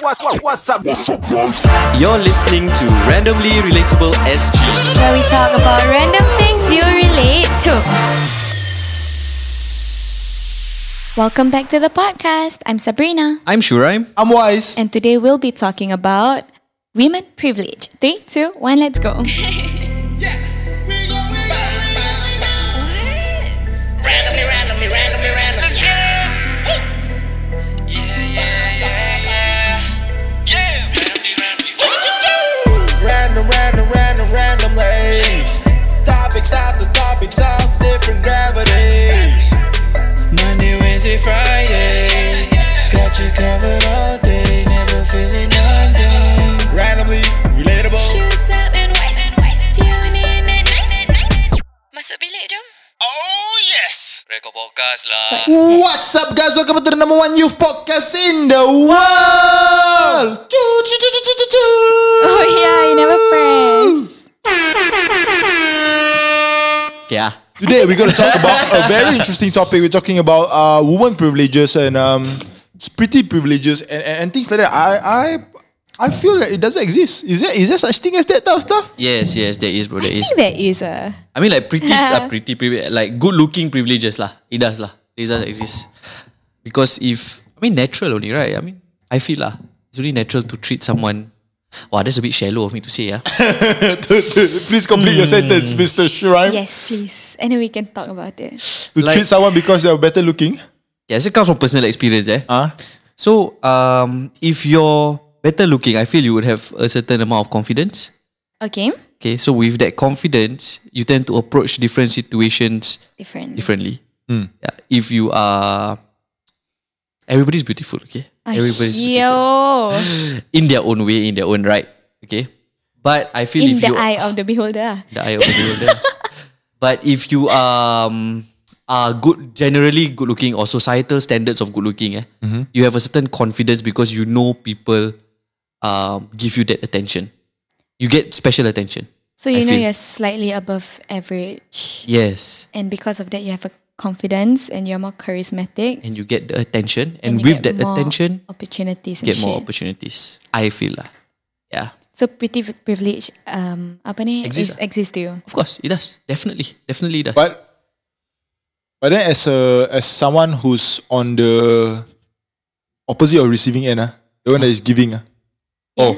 What, what, what's up? You're listening to Randomly Relatable SG. where we talk about random things you relate to. Welcome back to the podcast. I'm Sabrina, I'm Shuraim. I'm wise. and today we'll be talking about women privilege. Three, two, one, let's go. randomly, randomly, randomly, randomly. Yeah. Woo. Yeah, yeah, yeah, yeah. Random, random, random, randomly. Topics after topics of different gravity. Monday, Wednesday, Friday. Got you covered all day. Never feeling under. Randomly relatable. Shoes up and white, tune in at night. Masuk bilik, jom. Oh yes. Rekod podcast lah. What's up, guys? Welcome to the number one youth podcast in the world. Choo, choo, choo, choo, choo, choo, choo. Oh yeah, I never press. Yeah. Today we're going to talk about a very interesting topic. We're talking about uh, woman privileges and um, pretty privileges and, and, and things like that. I, I, I feel like it doesn't exist. Is there is there such thing as that type of stuff? Yes, yes, there is, bro. There I is. think there is a I mean, like pretty, uh, pretty privilege, like good-looking privileges lah. It does lah. It does exist because if I mean natural only, right? I mean, I feel lah. It's only natural to treat someone. Wow, that's a bit shallow of me to say, ah. yeah. Please complete your sentence, Mr. Shuraim. yes, please. And then we can talk about it. To Like- treat someone because they're better looking. yeah, it's comes from personal experience, eh. Huh? So, um, if you're better looking, I feel you would have a certain amount of confidence. Okay, Okay, so with that confidence, you tend to approach different situations different. differently. Yeah, if you are, everybody's beautiful. Okay, Ah, everybody's Yo, beautiful. in their own way, in their own right. Okay, but I feel in if the you eye of the beholder. ah. the eye of the beholder. but if you um are good, generally good looking or societal standards of good looking, eh, you have a certain confidence because you know people um give you that attention. You get special attention. So I you know feel- you're slightly above average, Yes. and because of that, you have a confidence and you're more charismatic. and you get the attention and, and you with get that more attention opportunities, and get more shit. opportunities i feel lah yeah So pretty v- privilege, um, apa ni Exists exists, is, exists to you. of course it does definitely definitely it does But but then as a as someone who's on the opposite of receiving end, ah, the one that is giving, ah, oh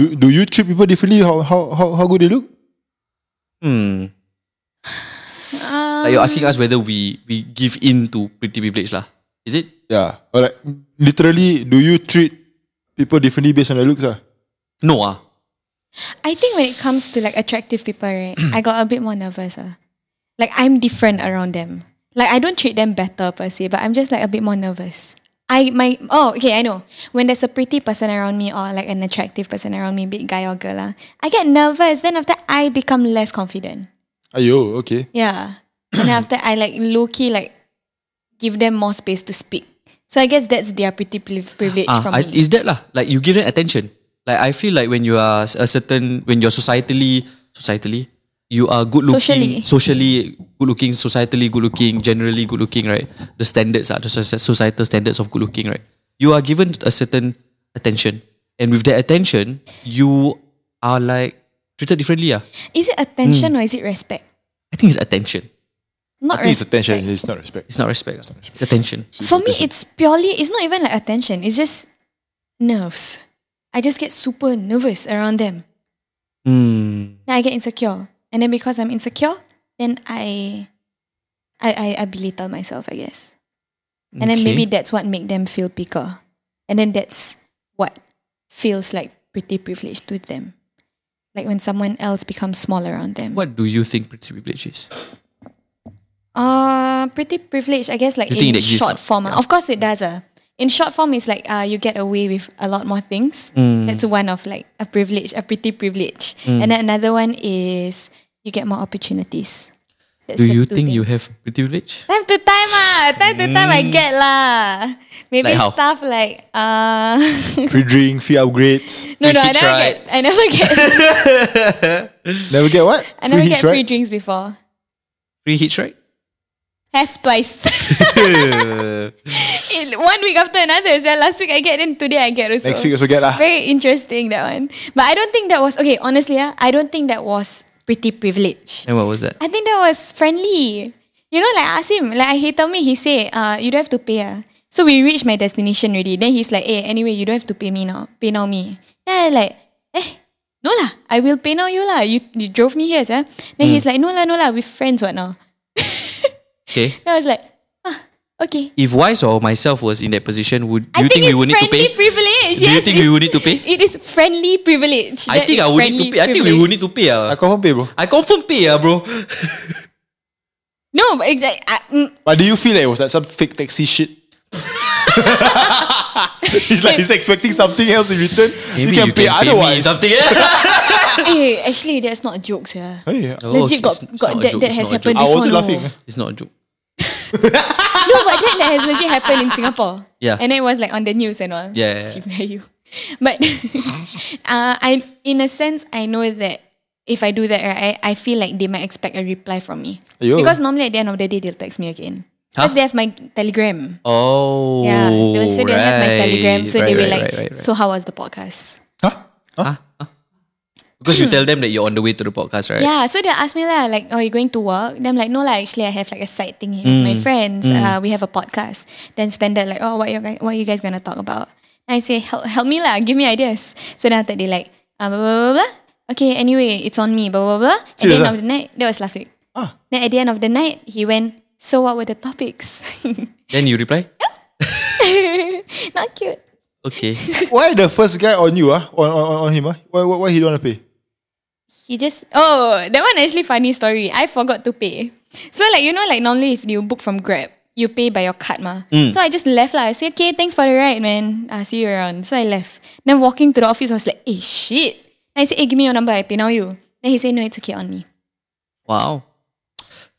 do, do you treat people differently? How how how, how good they look? hmm Uh, like you're asking us whether we we give in to pretty privilege lah is it Yeah. Or like literally, do you treat people differently based on their looks? Ah? no ah I think when it comes to like attractive people, right, I got a bit more nervous. ah. Like I'm different around them. Like I don't treat them better per se, but I'm just like a bit more nervous. I my oh okay I know when there's a pretty person around me or like an attractive person around me, big guy or girl lah, I get nervous. Then after I become less confident. Ayo, okay. Yeah. And then after I like low key like give them more space to speak. So I guess that's their pretty priv- privilege Ah, from I, me. is that lah like you give them attention like i feel like when you are a certain when you're societally societally you are good looking Socially. socially good looking societally good looking generally good looking right the standards are the soci- societal standards of good looking right you are given a certain attention and with that attention you are like treated differently ah. Is it attention or is it respect? i think it's attention Not I think it's respect. attention. It's not respect. it's not respect ah. it's attention For me, it's purely, it's not even like attention. It's just nerves. I just get super nervous around them. Hmm. Then I get insecure. And then because I'm insecure, then I I, I, I belittle myself, I guess. And then Okay. maybe that's what make them feel bigger. And then that's what feels like pretty privilege to them. Like when someone else becomes small around them. what do you think pretty privilege is Uh, pretty privilege, I guess, like You think in it exists, short ah? form. ah. Of course, it does. Uh. In short form, it's like uh, you get away with a lot more things. Mm. That's one of like a privilege, a pretty privilege. And then another one is you get more opportunities. That's do the you two think you things. have pretty privilege Time to time ah, time to time I get lah. Maybe Like how? stuff like uh Free drink, free upgrades. no no I hitch never ride. get I never get Never get what? I never hitch get free ride? drinks before. free hits right Have twice. it it one week after another. So last week I get, then today I get also. Next week also get ah. lah. Very interesting that one. But I don't think that was okay. Honestly, ah, I don't think that was pretty privilege. And what was that? I think that was friendly. You know, like I asked him, like he told me, he said, uh, you don't have to pay. ah. So we reached my destination already. Then he's like, hey, anyway, you don't have to pay me now. Pay now me. Then I like, eh, no lah, I will pay now you lah. You, you drove me here, sir. Then he's Hmm. like, no lah, no lah, we're friends, what now? Okay. Then I was like, ah, okay. If Wise or myself was in that position, would do I you think, think, we it's would need to friendly pay? privilege. Do you yes, think we it's- would need to pay? It is friendly privilege. I That think is I would need to friendly pay. I think we privilege. would need to pay. I Uh. confirm pay, bro. I confirm pay, uh, bro. No, exactly. Mm, But do you feel like it was like some fake taxi shit? he's like he's expecting something else in return. you can me pay otherwise. something. eh? eh, actually, that's not a joke, sir. Hey, No, okay, Legit got, Oh, it's- it's got not a that, joke, that it's has not a happened I before. wasn't no. laughing. It's not a joke. No, but that, that has legit happened in Singapore. Yeah. And it was like on the news and all. Yeah, yeah, yeah. you. But uh, I, in a sense, I know that if I do that, right, I, I feel like they might expect a reply from me. Ayo. Because normally at the end of the day, they'll text me again. Because Huh? they have my telegram. Oh, Yeah, so they, so they have my right. telegram. So Oh, Right, they were right, like, right, right, right. so how was the podcast? because you tell them that you're on the way to the podcast, right? Yeah, so they asked me lah, like, oh, you going to work? Then I'm like, no lah, actually I have like a side thing here with my Mm. friends. Uh, we have a podcast. Then standard like, oh, what you guys, what you guys gonna talk about? And I say, help, help me lah, give me ideas. So then after they like, uh, blah, blah, blah, blah. Okay, anyway, it's on me, blah, blah, blah. At the Serious end ah? of the night, that was last week. Then at the end of the night, he went, so what were the topics? Then you reply, Not cute. okay. why the first guy on you? Ah, on, on, on him? Ah, why, why, why he don't wanna pay? He just oh that one actually funny story. I forgot to pay. So like you know like normally if you book from Grab, you pay by your card ma. Mm. So I just left lah. I said okay thanks for the ride man. I see you around. So I left. Then walking to the office I was like eh shit. Then I said hey give me your number I pay now you. Then he said no it's okay on Oh me. Wow,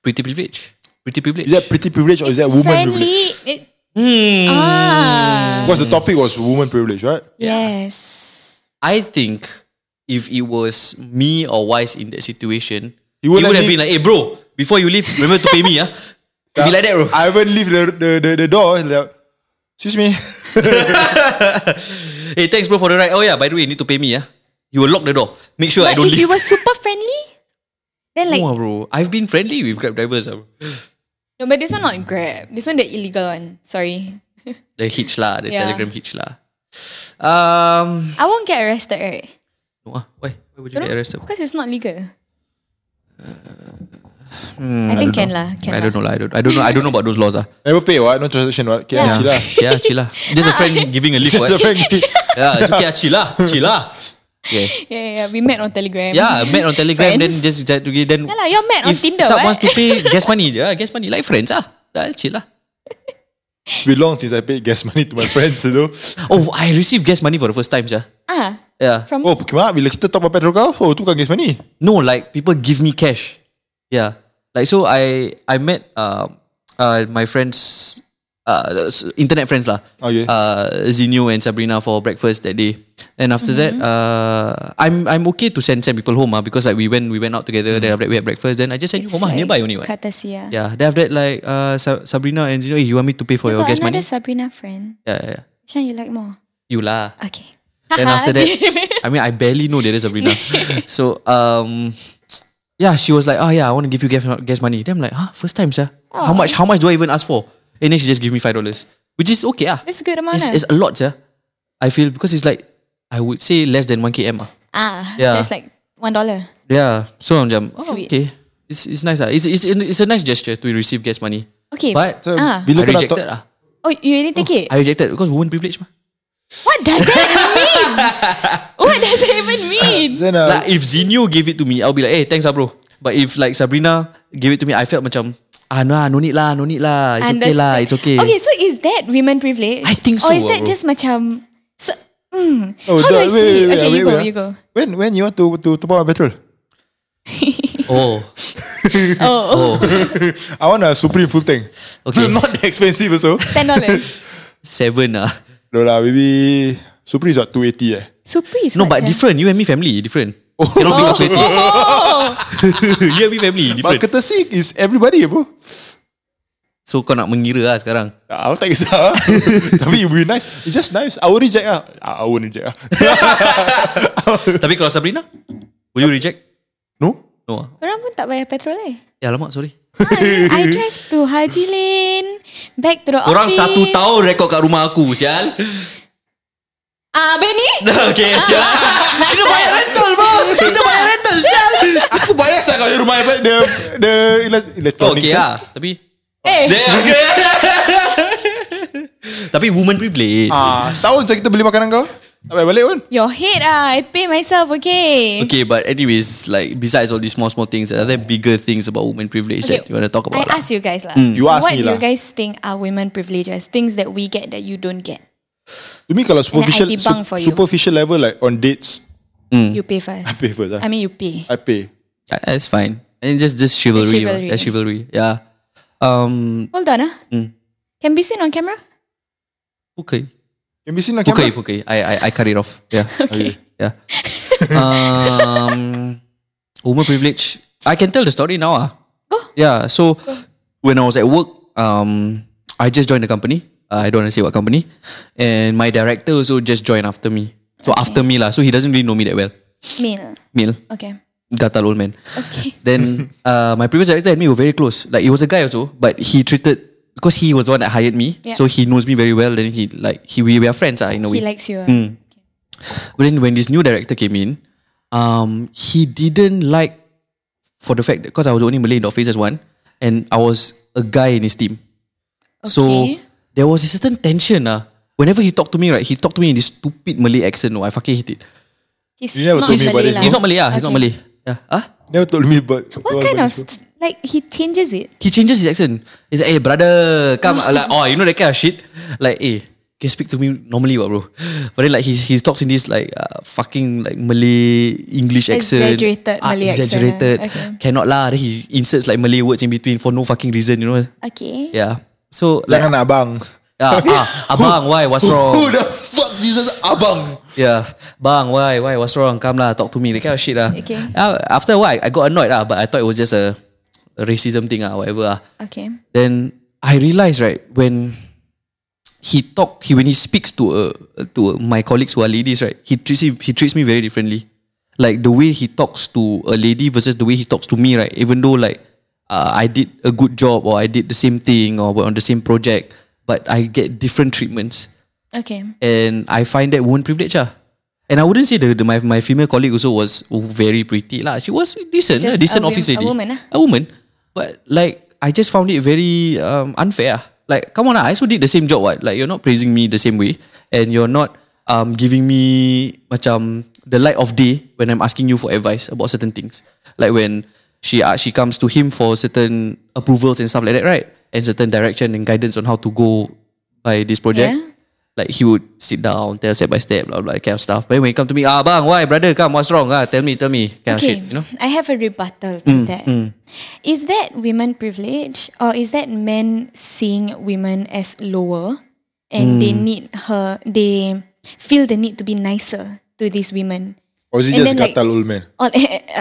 pretty privilege. Pretty privilege. Is that pretty privilege or is that woman privilege? Friendly. It, Hmm. Ah Because the topic was woman privilege, right? yes. I think if it was me or Wise in that situation, He he would would, have have been- been like, "Hey, bro, before you leave, remember to pay me, ah." Be like that, bro. I haven't leave the the, the, the door. he's like, Excuse me. hey, thanks, bro, for the ride. Oh yeah, by the way, you need to pay me, ah. You will lock the door. Make sure I But don't if leave. you were super friendly, then like no, ah, bro. I've been friendly with Grab drivers, ah, bro. no but this one not Grab. This one the illegal one. Sorry. The hitch lah, the Yeah. Telegram hitch lah. Um, I won't get arrested right? no, ah. why? Why would you get arrested? Because it's not legal. I think can lah. Can Hmm, I don't lah. know lah. I don't. I don't know. I don't know about those laws, ah. Never pay what? No transaction what? Okay, Yeah. chill lah. yeah, chill lah. Just Ah. a friend giving a lift, Just what? a friend. Yeah, it's okay, ah, chill lah, chill lah. Yeah. Yeah, yeah, yeah. We met on Telegram. Yeah, met on Telegram, then Friends. just that- then. Yeah lah, you're met on if Tinder, Sub what? wants to pay gas money, yeah, gas money like friends ah. Lah, chill lah. It's been long since I paid gas money to my friends, you know. Oh, I received gas money for the first time, yeah. Ah, Yeah. from Oh, kemah bila kita talk about petrol kau, oh tu bukan gas money. No, like people give me cash. Yeah. Like so, I I met um uh my friends, uh s- internet friends lah. Okay. Uh, Zinio and Sabrina for breakfast that day, and after that, uh, I'm I'm okay to send send people home ah because like we went we went out together. Then after that we had breakfast. Then I just send you home ah nearby only. What. Courtesy, yeah. Yeah. Then after that, like uh, Sa- Sabrina and Zino, hey, you want me to pay for You your got gas money? another Sabrina friend. Yeah, yeah, yeah. Which one you like more? You lah. Okay. Then after that, I mean, I barely know there is Sabrina. so, um, yeah, she was like, oh yeah, I want to give you gas, gas money. Then I'm like, huh, first time, sir. How Oh. much? How much do I even ask for? And then she just gave me five dollars, which is okay, ah. That's a good amount, It's, ah. it's a lot, sir. I feel because it's like I would say less than one km, ah. ah, Yeah. that's like one dollar. Yeah. So I'm just, oh, Sweet. okay. It's it's nice, ah. It's, it's it's a nice gesture to receive gas money. Okay. But So Ah. I bila kau nak rejected, talk, ah. oh, you didn't take it. I rejected because woman privilege, mah. what does that mean? what does that even mean? then uh, Like if Zinio gave it to me, I'll be like, hey, thanks, ah, bro. But if like Sabrina gave it to me, I felt macam, ah, nah, no need lah, no need lah, it's okay lah, Understand. it's okay. Okay, so is that women privilege? I think Or so, is that bro. just macam so? Mm, oh, how do the- I wait, see wait, it? wait, okay, wait, you wait, go, ah. you go. When when you want to to top up my petrol? Oh, Oh, I want a Supreme full tank. Okay. Not that expensive also. ten dollars. seven ah. no lah, maybe Supreme is what 280 eh. Supri is No, what, but sia? different. You and me family different. Cannot be one twenty. Oh, You and me family But different. courtesy is everybody eh, bro. So kau nak mengira lah sekarang. Ah, Aku tak kisah Tapi it would be nice It's just nice I would reject ah. I I won't reject ah. Tapi kalau Sabrina, will you reject? No No ah. Korang pun tak bayar petrol eh? Eh Ah, alamak, sorry. I, I drive to Haji Lane, back to the Korang office. satu tahun rekod kat rumah aku, sial. Ah, Benny? okay, sial. Kita bayar rental, bang. Kita bayar rental, sial. Aku bayar saya kalau rumah apa the the ele- Kau electronics. okay ah. lah. Tapi, Eh, Damn, okay. Tapi woman privilege. Ah, setahun saya kita beli makanan kau. Tak payah balik pun. your head ah. I pay myself, okay? Okay, but anyways, like besides all these small small things, are there bigger things about women privilege that you want to talk about? I ask you guys lah. You ask What me do you lah. guys think are women privileges? Things that we get that you don't get. You mean kalau superficial And I debunk su- for you. superficial level like on dates, Mm. You pay first. I pay first. I Ah. mean, you pay. I pay. Uh, That's fine. And just just chivalry, chivalry. chivalry. That's chivalry. Yeah. Um, Hold on ah. Can be seen on camera? okay. Can be seen on Okay, camera. okay. I I I cut it off. Yeah. Okay. Yeah. um, woman privilege. I can tell the story now. Ah. Yeah. So when I was at work, um, I just joined the company. Uh, I don't want to say what company, and my director also just joined after me. So after me lah. So he doesn't really know me that well. Meal. Mil, Okay. gatal old man. Okay. Then uh, my previous director and me were very close. Like it was a guy also, but he treated because he was the one that hired me, Yeah. so he knows me very well. Then he like he we Mm. were friends. I know He likes you. ah. But then when this new director came in, um, he didn't like for the fact that because I was the only Malay in the office as one, and I was a guy in his team. So Okay. there was a certain tension. Ah, whenever he talked to me, right, he talked to me in this stupid Malay accent. Oh, I fucking hate it. He's You never not told me about Malay this, lah. He's not Malay. Ah, he's not Okay. Malay. Yeah. Ah. Never told me but What kind of st- like he changes it? He changes his accent. He's like, hey, brother, come. like, oh, you know that kind of shit. Like, hey, can you speak to me normally, what, bro? But then, like, he, he talks in this, like, uh, fucking, like, Malay English accent. Exaggerated Ah, Malay accent, Exaggerated. ah. Okay. Cannot lah. Then he inserts, like, Malay words in between for no fucking reason, you know? Okay. Yeah. So, like, Jangan abang. ah, ah, abang, why? What's Who wrong? the fuck uses abang? Yeah. Bang, why? Why? What's wrong? Come lah, talk to me. That kind of shit lah. Okay. Ah, after a while, I got annoyed lah, but I thought it was just a, a racism thing ah, whatever ah. Okay. then I realized right when he talk he when he speaks to uh, to my colleagues who are ladies right he treats him, he treats me very differently like the way he talks to a lady versus the way he talks to me right even though like uh, I did a good job or I did the same thing or we're on the same project but I get different treatments Okay. and I find that woman privilege ah. And I wouldn't say the, the my, my female colleague also was very pretty lah. She was decent, Just a decent a wom- office a lady, woman ah. a woman. But like I just found it very um, unfair. ah. Like come on, ah, I also did the same job. What like you're not praising me the same way, and you're not um, giving me macam the light of day when I'm asking you for advice about certain things. Like when she uh, she comes to him for certain approvals and stuff like that, right? And certain direction and guidance on how to go by this project. Yeah. Like he would sit down, tell step by step, blah blah, that kind of stuff. But when he come to me, ah bang, why brother, come, what's wrong? Ah, tell me, tell me, kind of shit, okay. you know. Mm, I have a rebuttal to that. Is that women privilege or is that men seeing women as lower and they Mm. need her they feel the need to be nicer to these women? Or is it And just then, like- gatal old man? Or,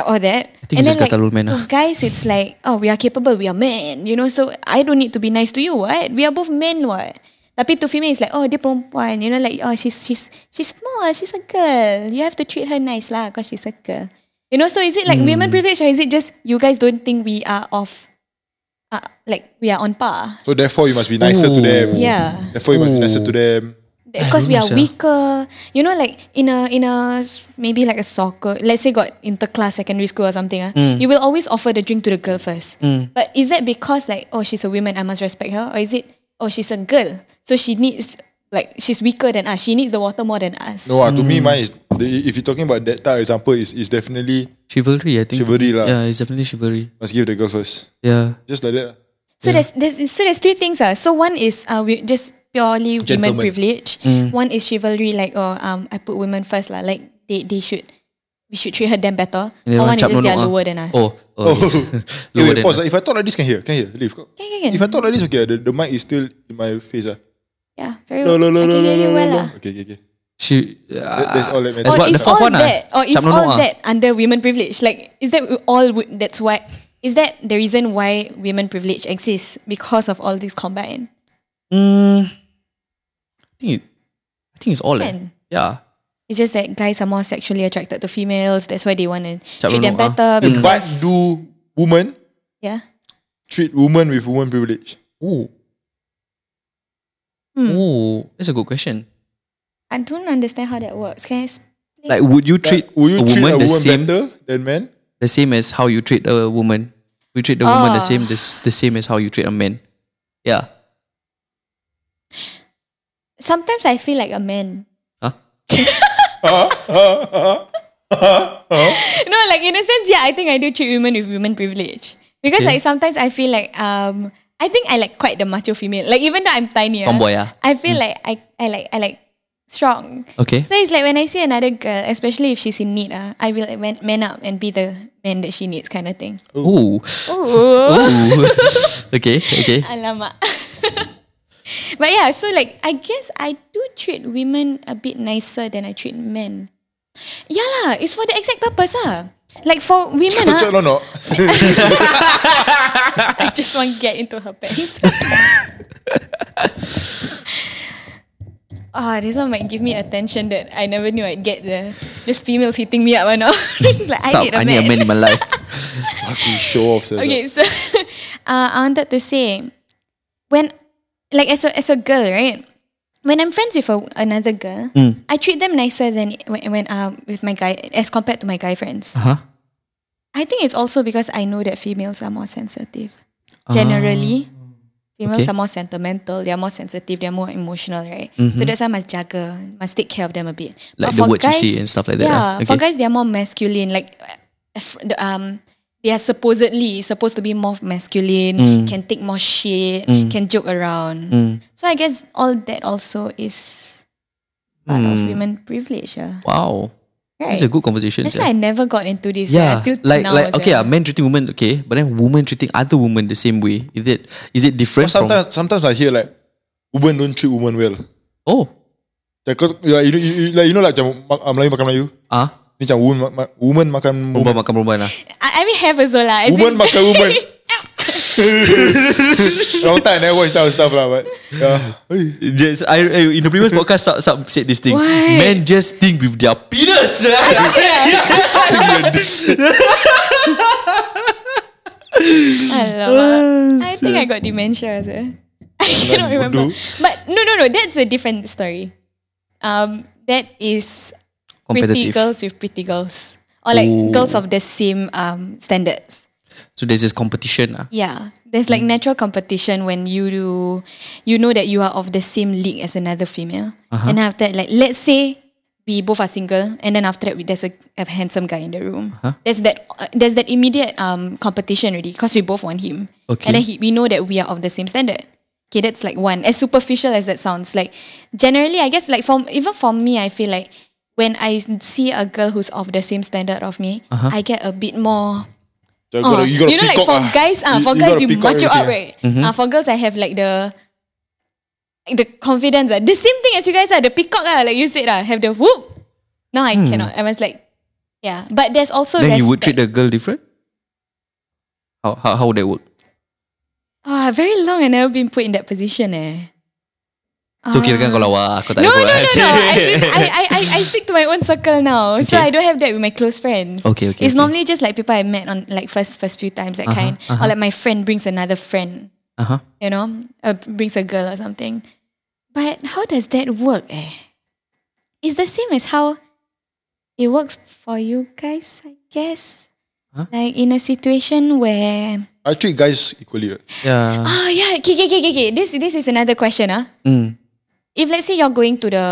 or that. I think it's just like, kata old man to ah. guys, it's like, oh, we are capable, we are men, you know, so I don't need to be nice to you, what? We are both men, what? Tapi to female, it's like, oh, dia perempuan, you know, like, oh, she's she's she's small, she's a girl. You have to treat her nice lah, because she's a girl. You know, so is it like women Hmm. privilege or is it just you guys don't think we are of, uh, like, we are on par? So therefore you must be nicer to Ooh. them. Yeah. Therefore you must be Ooh. nicer to them. because we don't are know, sia. weaker. You know, like in a in a s- maybe like a soccer. Let's say got interclass secondary school or something. Ah, Mm. you will always offer the drink to the girl first. But is that because like oh she's a woman, I must respect her, or is it oh she's a girl, so she needs like she's weaker than us. She needs the water more than us. No, ah, to me Hmm. mine is the- if you're talking about that type of example is is definitely Chivalry, I think. Chivalry lah. Yeah, it's definitely chivalry. must give the girl first. Yeah. Just like that. So there's, there's so there's two things. Ah, so one is uh, we just purely women Gentlemen. privilege. Mm. One is chivalry, like oh um I put women first lah, like they they should. We should treat her them better. And then or orang one is cap Oh, just they nonok are ah. lower than us. Oh, oh, Oh. yeah. Hey, lower wait, than pause. us. ah. If I talk like this, can hear? Can hear? Leave. Can, can, can. If I talk like this, okay. ah, The, the mic is still in my face. Ah. Yeah, very No, well. uh. no, I no, no, can hear no, no, you no, well no. lah. Okay, okay, okay. She. Uh, that's all that matters. that's Or what is the all fourth one ah. that, or is Cap nonok all ah. that under women privilege? Like, is that all? That's why Is that the reason why women privilege exists because of all these combined? Mm. I think, it, I think it's all. eh. Kan? Yeah. It's just that guys are more sexually attracted to females. That's why they want to treat them menolak, better. But Because, do women Mm. yeah. treat women with woman privilege? Oh. Hmm. Oh, that's a good question. I don't understand how that works. Can I explain? Like, would you treat Will you a treat woman a the woman same better than men? the same as how you treat a woman? We treat the woman the Oh. same the, s- the same as how you treat a man. Yeah. Sometimes I feel like a man. Huh? No, like in a sense, yeah, I think I do treat women with women privilege. Because Okay. like sometimes I feel like um I think I like quite the macho female. Like even though I'm tiny, ah, Tomboy, ah. I feel like I, I like I like strong. Okay. So it's like when I see another girl, especially if she's in need, ah, I will like man, man up and be the man that she needs kind of thing. Oh. okay. Okay. Alamak. but yeah, so like I guess I do treat women a bit nicer than I treat men. Yeah lah, it's for the exact purpose ah. Like for women ah, Cocok no no. I just want to get into her pants. Ah, this one might give me attention that I never knew I'd get there. Just females hitting me up right now. She's like, I Sup, need, a, I need a man in my life. Fucking show off. Cesar. Okay, so uh, I wanted to say, when, like as a, as a girl, right? When I'm friends with a, another girl, Hmm. I treat them nicer than when, when uh, with my guy, as compared to my guy friends. huh? I think it's also because I know that females are more sensitive. Generally, females Ah. Okay. are more sentimental, they're more sensitive, they're more emotional, right? So that's why I must jugger, must take care of them a bit. Mm-hmm. Like the words you say and stuff like that, Yeah, ah. for Okay. guys, they're more masculine. Like, uh, f- the, um, they are supposedly supposed to be more masculine, Mm. can take more shit, can joke around. So I guess all that also is part of women privilege. Yeah. Wow. Right. Mm. It's a good conversation. That's sia. why I never got into this. Yeah, Yeah, until like now, like okay, ah, yeah. men treating women okay, but then women treating other women the same way. Is it is it But different sometimes sometimes I hear like women don't treat women well. from? Oh, Like, cause, like, you, you, like, you know like macam ma- Melayu makan Melayu. ah, Ni macam woman, ma- ma- woman makan perempuan woman. makan perempuan lah. I, I mean have also lah. as in- Woman makan woman. Long time I never watch that stuff lah but yeah. Just, I, I- in the previous podcast, Sab, Sab said this thing. Why? Men just think with their penis. Alamak. I think I got dementia. So. I cannot remember. bodoh. But no, no, no. That's a different story. Um, that is pretty Competitive. girls with pretty girls, or like Ooh. girls of the same um standards. So there's this competition. Ah. Yeah, there's like natural competition when you do, you know that you are of the same league as another female, and after that, like let's say we both are single, and then after that we, there's a, a handsome guy in the room. There's that uh, there's that immediate um competition already because we both want him, Okay. and then he, we know that we are of the same standard. Okay, that's like one. As superficial as that sounds, like generally, I guess like for even for me, I feel like when I see a girl who's of the same standard of me, I get a bit more So you, Oh, gotta, you, gotta you know, like peacock for ah. guys, uh, for guys gotta you peacock macho up, everything right? Ah, for girls, I have like the like, the confidence. ah. The same thing as you guys are the peacock, ah, like you said, ah, have the whoop. No, I cannot. I was like, yeah. But there's also then respect. you would treat the girl different. How how how would that work? Ah, very long I never been put in that position, eh. So kira kan kalau wah, kau tak Ah. No, ada no, buat, no, ah. no. I, think I, I, I, I stick to my own circle now, so Okay. I don't have that with my close friends. Okay, okay, It's okay. normally just like people I met on like first first few times that kind, or like my friend brings another friend. Uh-huh. you know, uh, brings a girl or something. But how does that work? Eh, it's the same as how it works for you guys, I guess. Like in a situation where I treat guys equally. right? Yeah. oh yeah, okay, okay, okay, okay, okay. This this is another question, ah. Mm. If let's say you're going to the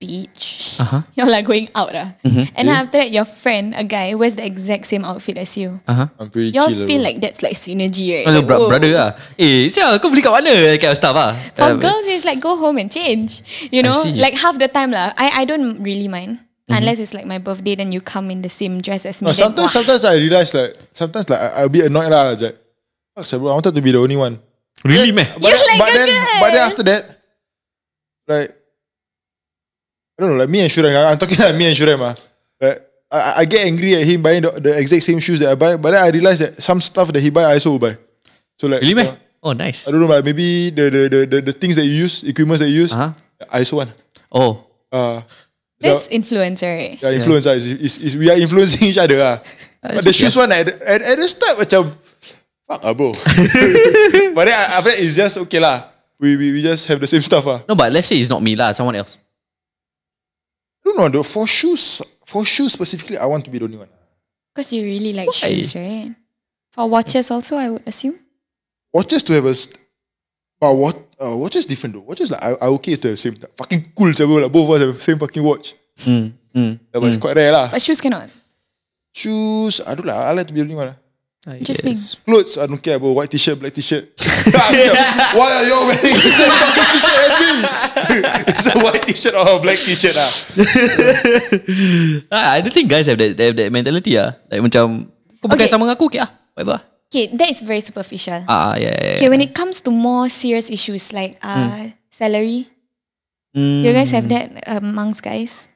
beach, Uh-huh. Mm-hmm. you're like going out, ah, and then after that your friend, a guy, wears the exact same outfit as you. Ah, I'm pretty Y'all chill. feel like that's like synergy, right? Oh. Kau Like, bro- whoa. Oh, brother lah. Eh, Cia, kau beli kat mana? Kat staff lah. Uh, For girls, it's like go home and change. You know, see. Mm-hmm. like half the time lah. I I don't really mind unless it's like my birthday. Then you come in the same dress as me. then, No, Oh, sometimes, wah. sometimes I realize like sometimes like I, I'll be annoyed lah. It's Like, fuck, sia, bro, I wanted to be the only one. Really meh? But, You're then, like but a then, girl. but then after that, like I don't know, like me and Shurem, I'm talking like me and Shurem, ah. Like I, I get angry at him buying the, the exact same shoes that I buy, but then I realize that some stuff that he buy, I also buy. So like, Really, man? uh, Oh, nice. I don't know, like maybe the the, the, the, the things that you use, equipments that you use, Uh-huh. I also want. Oh, Uh, That's influencer, right? yeah, influencer is, is, is we are influencing each other. Ah. but the okay. shoes one at, the- at, at the start macam fuck ah, bro. but then ah, after that it's just okay lah. We, we, we just have the same stuff ah. no, but let's say it's not me lah, someone else. I don't know though, for shoes for shoes specifically I want to be the only one. Because you really like Why? shoes, right? For watches also, I would assume. Watches to have a st- but what uh, watches different though. Watches like I, I okay to have same fucking cool so like both of us have same fucking watch. Hmm, Yeah, but it's quite rare lah. But shoes cannot. Shoes I don't like I like to be the only one. ah. Interesting. Clothes, I don't care about white t-shirt, black t-shirt. Why are you all wearing the same fucking t-shirt as me? it's a white t-shirt or a black t-shirt ah. Ah, I don't think guys have that, they have that mentality ah. Like macam, kau pakai Okay. sama dengan aku, okay ah. Whatever ah. Okay, that is very superficial. Ah, ah, yeah, yeah, yeah. Okay, Mm. when it comes to more serious issues like uh, salary, Hmm, do you guys have that amongst guys?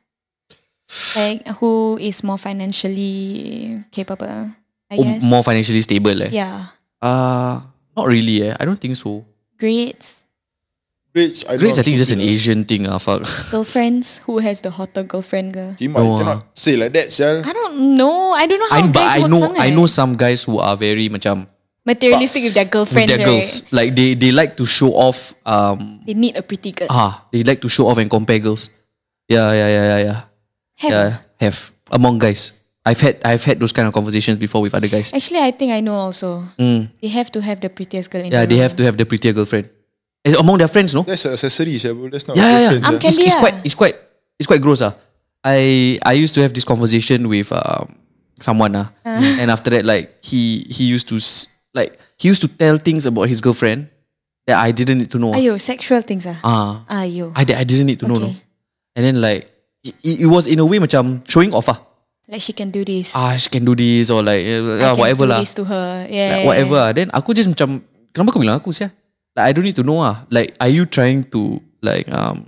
Like who is more financially capable? I Oh, guess. more financially stable eh. yeah, Uh, not really eh. I don't think so. grades, Rich, I Grades, know, I think it's just an stupid Asian thing ah, fuck. girlfriends. Who has the hotter girlfriend? Girl. lah. Him, I No, cannot say like that, sia. I don't know. I don't know I, how but guys I work know, sangat. I know some guys who are very macam materialistic with their girlfriends. with their right? girls. Like they, they like to show off. Um, They need a pretty girl. ah, they like to show off and compare girls. Yeah, yeah, yeah, yeah, yeah. Have- Yeah, have among guys. I've had I've had those kind of conversations before with other guys. Actually, I think I know also. They have to have the prettiest girl Mm. in Yeah, the they have to have the prettier girlfriend. It's among their friends, no? That's an accessory, sia, bro. That's Yeah, not yeah, yeah. girlfriend, I'm sia. can it's, be it's ah. quite it's quite it's quite gross ah. I I used to have this conversation with um someone ah, Uh-huh. and after that like he he used to s- like he used to tell things about his girlfriend that I didn't need to know. ah. Ayo, sexual things ah. Ah, Ayo. I, di- I didn't need to know no. Okay. And then like it, it it was in a way macam showing off ah. Like she can do this. Ah, she can do this or like I uh, can whatever do lah. this to her. Yeah. Like, whatever ah. Then aku just macam kenapa kau bilang aku sia? Like I don't need to know ah. Like are you trying to like um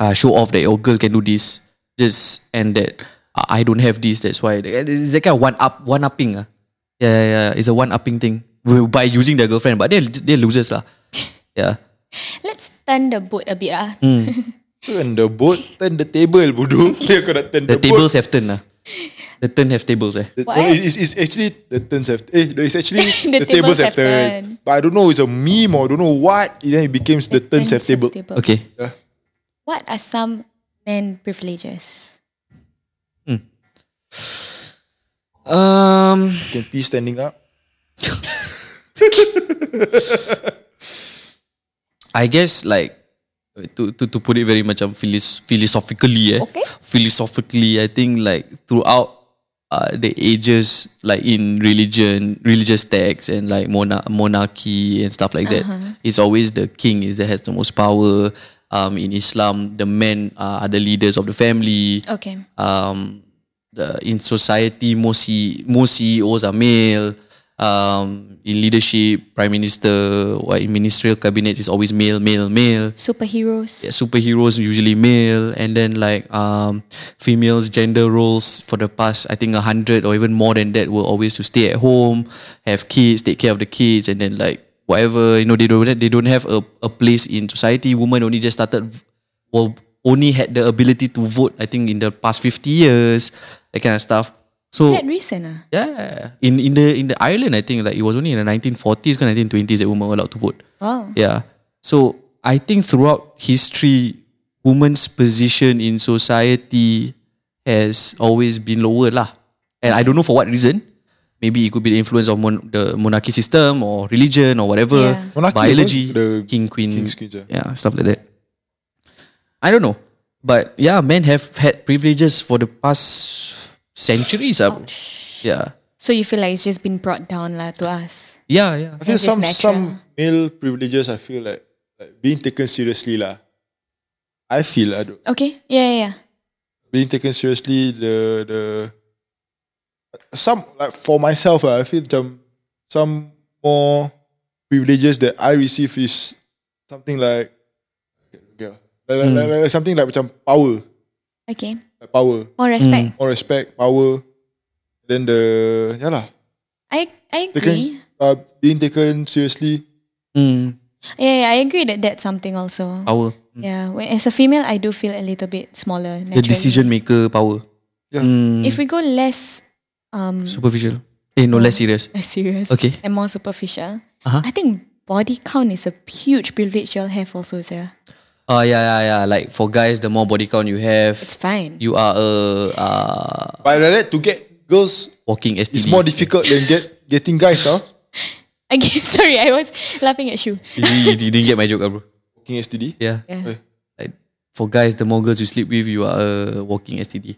uh, show off that your girl can do this just and that uh, I don't have this that's why it's like a one up one upping ah. Yeah, yeah, yeah. It's a one upping thing Well, by using their girlfriend but they they losers lah. Yeah. Let's turn the boat a bit ah. Mm. Turn the boat, turn the table, bodoh. Dia kau nak turn The the, tables boat. have turned lah. The turn have tables eh. The- What? no, it's, it's actually the turns have eh, no, it's actually The the, tables tables have have turned. But I don't know, it's a meme or I don't know what. Then it becomes the, turns have table. Okay. What are some men privileges? Um You can pee standing up. I guess like to to, to put it very much um, philis- philosophically eh. Okay. Philosophically, I think like throughout uh, the ages, like in religion, religious texts and like mona- monarchy and stuff like Uh-huh. that, it's always the king is that has the most power. Um, in Islam, the men uh, are the leaders of the family. Okay. Um, the, in society, most, C- most CEOs are male. Um, in leadership, prime minister, or in ministerial cabinets, is always male, male, male. Superheroes. Superheroes usually male, and then like um, females' gender roles for the past, I think a hundred or even more than that, were always to stay at home, have kids, take care of the kids, and then like whatever you know, they don't they don't have a, a place in society. Women only just started, v- well, only had the ability to vote. I think in the past fifty years, that kind of stuff. So That recent ah. yeah, in in the in the Ireland, I think like it was only in the 1940s, kind of 1920s that women were allowed to vote. Wow. Yeah, so I think throughout history, women's position in society has always been lower lah, and I don't know for what reason. Maybe it could be the influence of mon- the monarchy system or religion or whatever Yeah. Monarchy biology, apa? The king queen, kings, queens, yeah. yeah, stuff like that. I don't know, but yeah, men have had privileges for the past centuries. ah, bro. Yeah. So you feel like it's just been brought down lah to us. Yeah, yeah. I feel That's just some natural. some male privileges. I feel like, like being taken seriously lah. I feel I do, Okay. Yeah, yeah, yeah. being taken seriously. The the some like for myself, ah, I feel some some more privileges that I receive is something like, okay, okay, ah. like, like, like, like something like macam power. Okay. Like power, More Mm. respect. more respect, power. Then the yeah lah, I I agree. taken uh, being taken seriously. Mm. Yeah, yeah, I agree that that's something also. Power. Yeah, when, as a female, I do feel a little bit smaller. The Naturally. decision maker power. Yeah. Mm. If we go less um Superficial. Eh, no, less serious. serious Okay. and more superficial, Uh-huh. I think body count is a huge privilege y'all have also, sir. Oh, yeah, yeah, yeah. Like for guys, the more body count you have, It's fine. you are a uh, But like that to get girls walking STD. is more difficult than get getting guys, huh? Again, sorry, I was laughing at you. you, you, you didn't get my joke, ah, bro. Fucking STD. Yeah. Yeah. Like, for guys, the more girls you sleep with, you are a walking STD.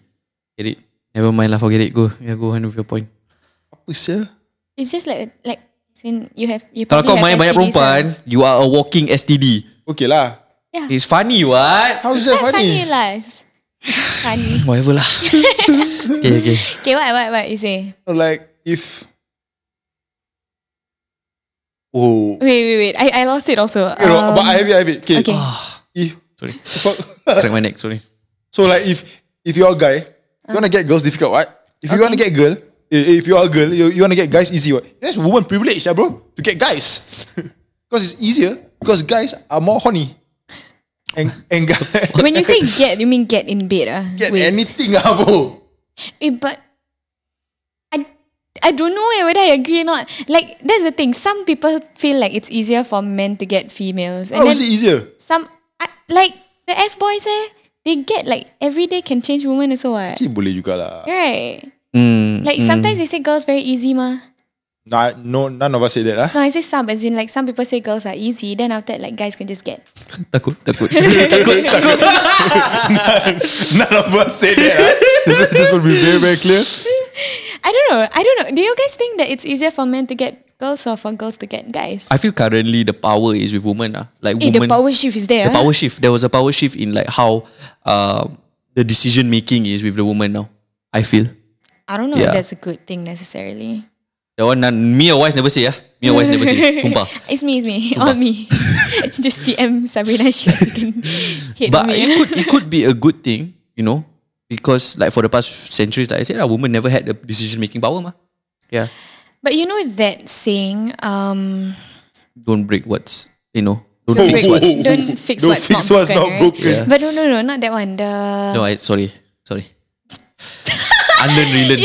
Get it? Never mind lah, forget it. Go. Yeah, go on with your point. Apa sia? It's just like like in you have you Kalau probably kau have main banyak STDs, perempuan, ah. you are a walking STD. Okay lah. It's funny, what? How is that Quite funny, funny? lah. It's funny. Whatever lah. okay, okay. Okay, what what what you say? Like if. Oh. Wait, wait, wait. I, I lost it also. You know, Um, but I have it, I have it. Okay. okay. Ah. If, Sorry. so Crack my neck, sorry. like if if you're a guy, you wanna get girls difficult, right? If you wanna get girl, eh, if you're a girl, you, you wanna get guys easy, what? That's woman privilege, yeah, bro. To get guys, because it's easier. Because guys are more horny, and and guys when you say get, you mean get in bed, ah? get Wait. anything, ah, bro. Eh, but I I don't know eh, whether I agree or not. Like that's the thing. Some people feel like it's easier for men to get females, and then How is it easier? some I, like the F boys eh, they get like every day can change women also what. Actually, boleh juga lah. Right. Mm, Like sometimes they say girls very easy ma. Nah, no, none of us say that, lah. No, I say some as in like some people say girls are easy, then after that like guys can just get. takut, takut. None of us say that. ah. just, just want to be very, very clear. I don't know. I don't know. Do you guys think that it's easier for men to get girls or for girls to get guys? I feel currently the power is with women. Ah. Like Eh, women, the power shift is the there. ah. power shift. There was a power shift in like how um, the decision making is with the woman now. I feel. I don't know Yeah. if that's a good thing necessarily. That one, none, me or Wise never say. Ah. Me or Wise never say. Sumpah. It's me, it's me. All me. Just DM Sabrina Shuriken. Hit But me. it could, it could be a good thing, you know, because like for the past centuries, like I said, a woman never had the decision making power. Ma. Yeah. But you know that saying, um, Don't break what's, you know, don't don't, fix break- what's. don't fix Don't what's fix not what's broken. not right? broken. Yeah. But no, no, no, not that one. The No, I, sorry. Sorry. Unlearn, relearn.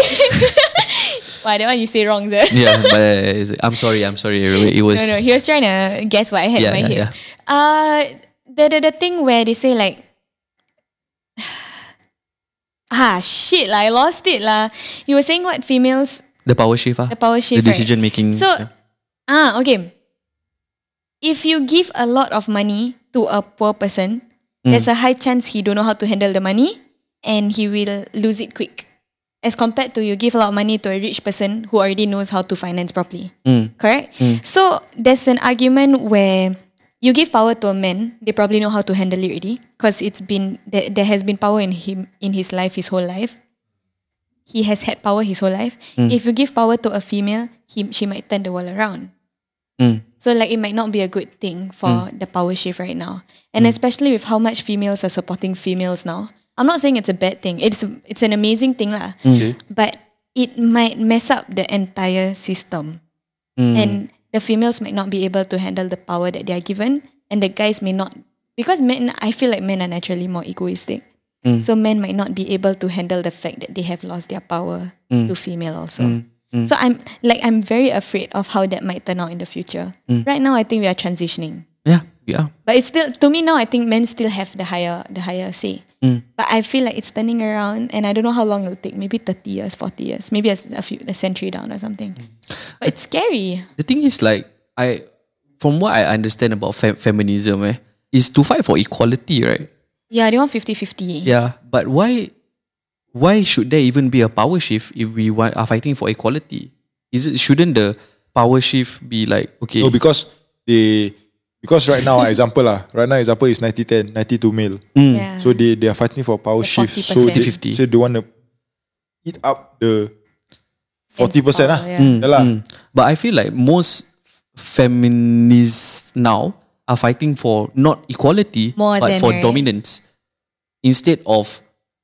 wow, that one you say wrong, sir. yeah, but uh, I'm sorry. I'm sorry. It was. No, no, he was trying to guess what I had Yeah, in my yeah, head. yeah. Uh, the, the the thing where they say like, ah shit, lah, I lost it, lah. You were saying what females The power shift. ah. the power The shift, right? decision making. So, ah, okay. If you give a lot of money to a poor person, there's a high chance he don't know how to handle the money and he will lose it quick. As compared to you give a lot of money to a rich person who already knows how to finance properly. Correct? So there's an argument where you give power to a man, they probably know how to handle it already. Because it's been there, there has been power in him in his life his whole life he has had power his whole life. If you give power to a female, he she might turn the world around. Mm. So like it might not be a good thing for the power shift right now, and especially with how much females are supporting females now. I'm not saying it's a bad thing. It's it's an amazing thing lah. But it might mess up the entire system, and the females might not be able to handle the power that they are given, and the guys may not because men. I feel like men are naturally more egoistic. So men might not be able to handle the fact that they have lost their power to female also. So I'm like I'm very afraid of how that might turn out in the future. Right now I think we are transitioning. yeah, yeah. But it's still to me now I think men still have the higher the higher say. But I feel like it's turning around and I don't know how long it'll take, maybe 30 years, 40 years, maybe a, s- a few a century down or something. But it's scary. The thing is, like, I, from what I understand about fe- feminism, eh, is to fight for equality, right? Yeah, they want 50-50. Yeah, but why, why should there even be a power shift if we want, are fighting for equality? Is it shouldn't the power shift be like okay? No, because they because right now example lah. Right now example is 90-10, 92 male. Yeah. So they they are fighting for power The shift. So they, 40%. so they want to eat up the forty percent lah. power, yeah. Hmm. Yeah lah. but I feel like most f- feminists now are fighting for not equality, More but than, for right? dominance instead of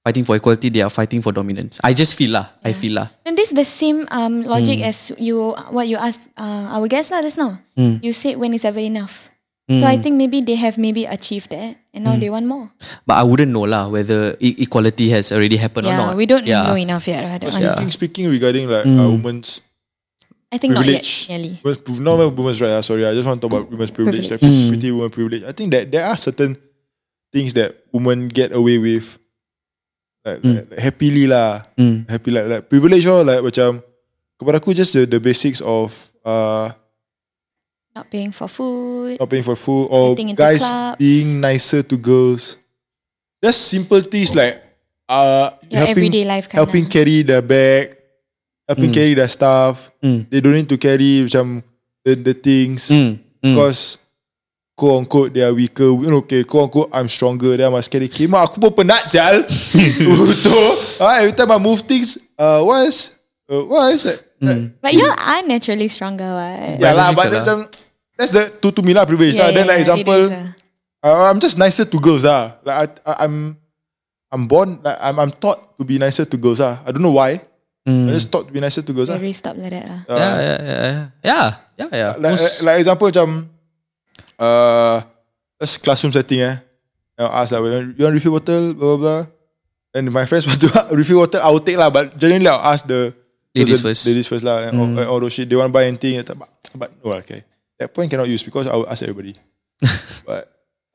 fighting for equality, they are fighting for dominance. I just feel lah. I feel lah. And this is the same um, logic as you what you asked uh, our guest lah just now. You said when is ever enough. So I think maybe they have maybe achieved that and now they want more. But I wouldn't know lah whether e- equality has already happened or yeah, not. we don't Yeah. know enough yet. Right? Speaking, speaking regarding like Hmm. uh, women's I think not privilege. yet, nearly. Mm. Women's, priv- not women's right. Uh, sorry, I just want to talk about women's privilege, Privilege. Mm. like pretty women privilege. I think that there are certain things that women get away with, like, Mm. like, like happily lah, happy like like privilege or like macam kepada aku just the, the basics of uh Not paying for food. not paying for food or Getting into guys clubs. being nicer to girls. Just simple things like uh Your everyday life kinda. helping carry their bag, Mm. helping carry their stuff. They don't need to carry macam the, the things Mm, because quote unquote they are weaker. You know, okay, quote unquote I'm stronger. Then I must carry. Kima, aku pun penat sial. Betul. Ah, every time I move things, uh, what is, uh, what is it? Like, But you are naturally stronger, right? yeah lah, but Mm. Biological then macam that's the to to me lah privilege lah. Then like it example, is, uh, uh, I'm just nicer to girls ah. Like I, I I'm I'm born like I'm I'm taught to be nicer to girls ah. I don't know why. I just taught to be nicer to girls ah. uh, very stop like that. lah. mm. yeah, yeah, yeah, yeah, yeah, yeah. Like, Most- like example macam uh, Let's classroom setting eh I'll ask lah You want refill bottle Blah blah blah And if my friends want to refill water I will take lah But generally I'll ask the Ladies the, first. Mm. Ladies first lah and all, and all those shit They want to buy anything But, but no lah, okay That point cannot use Because I will ask everybody But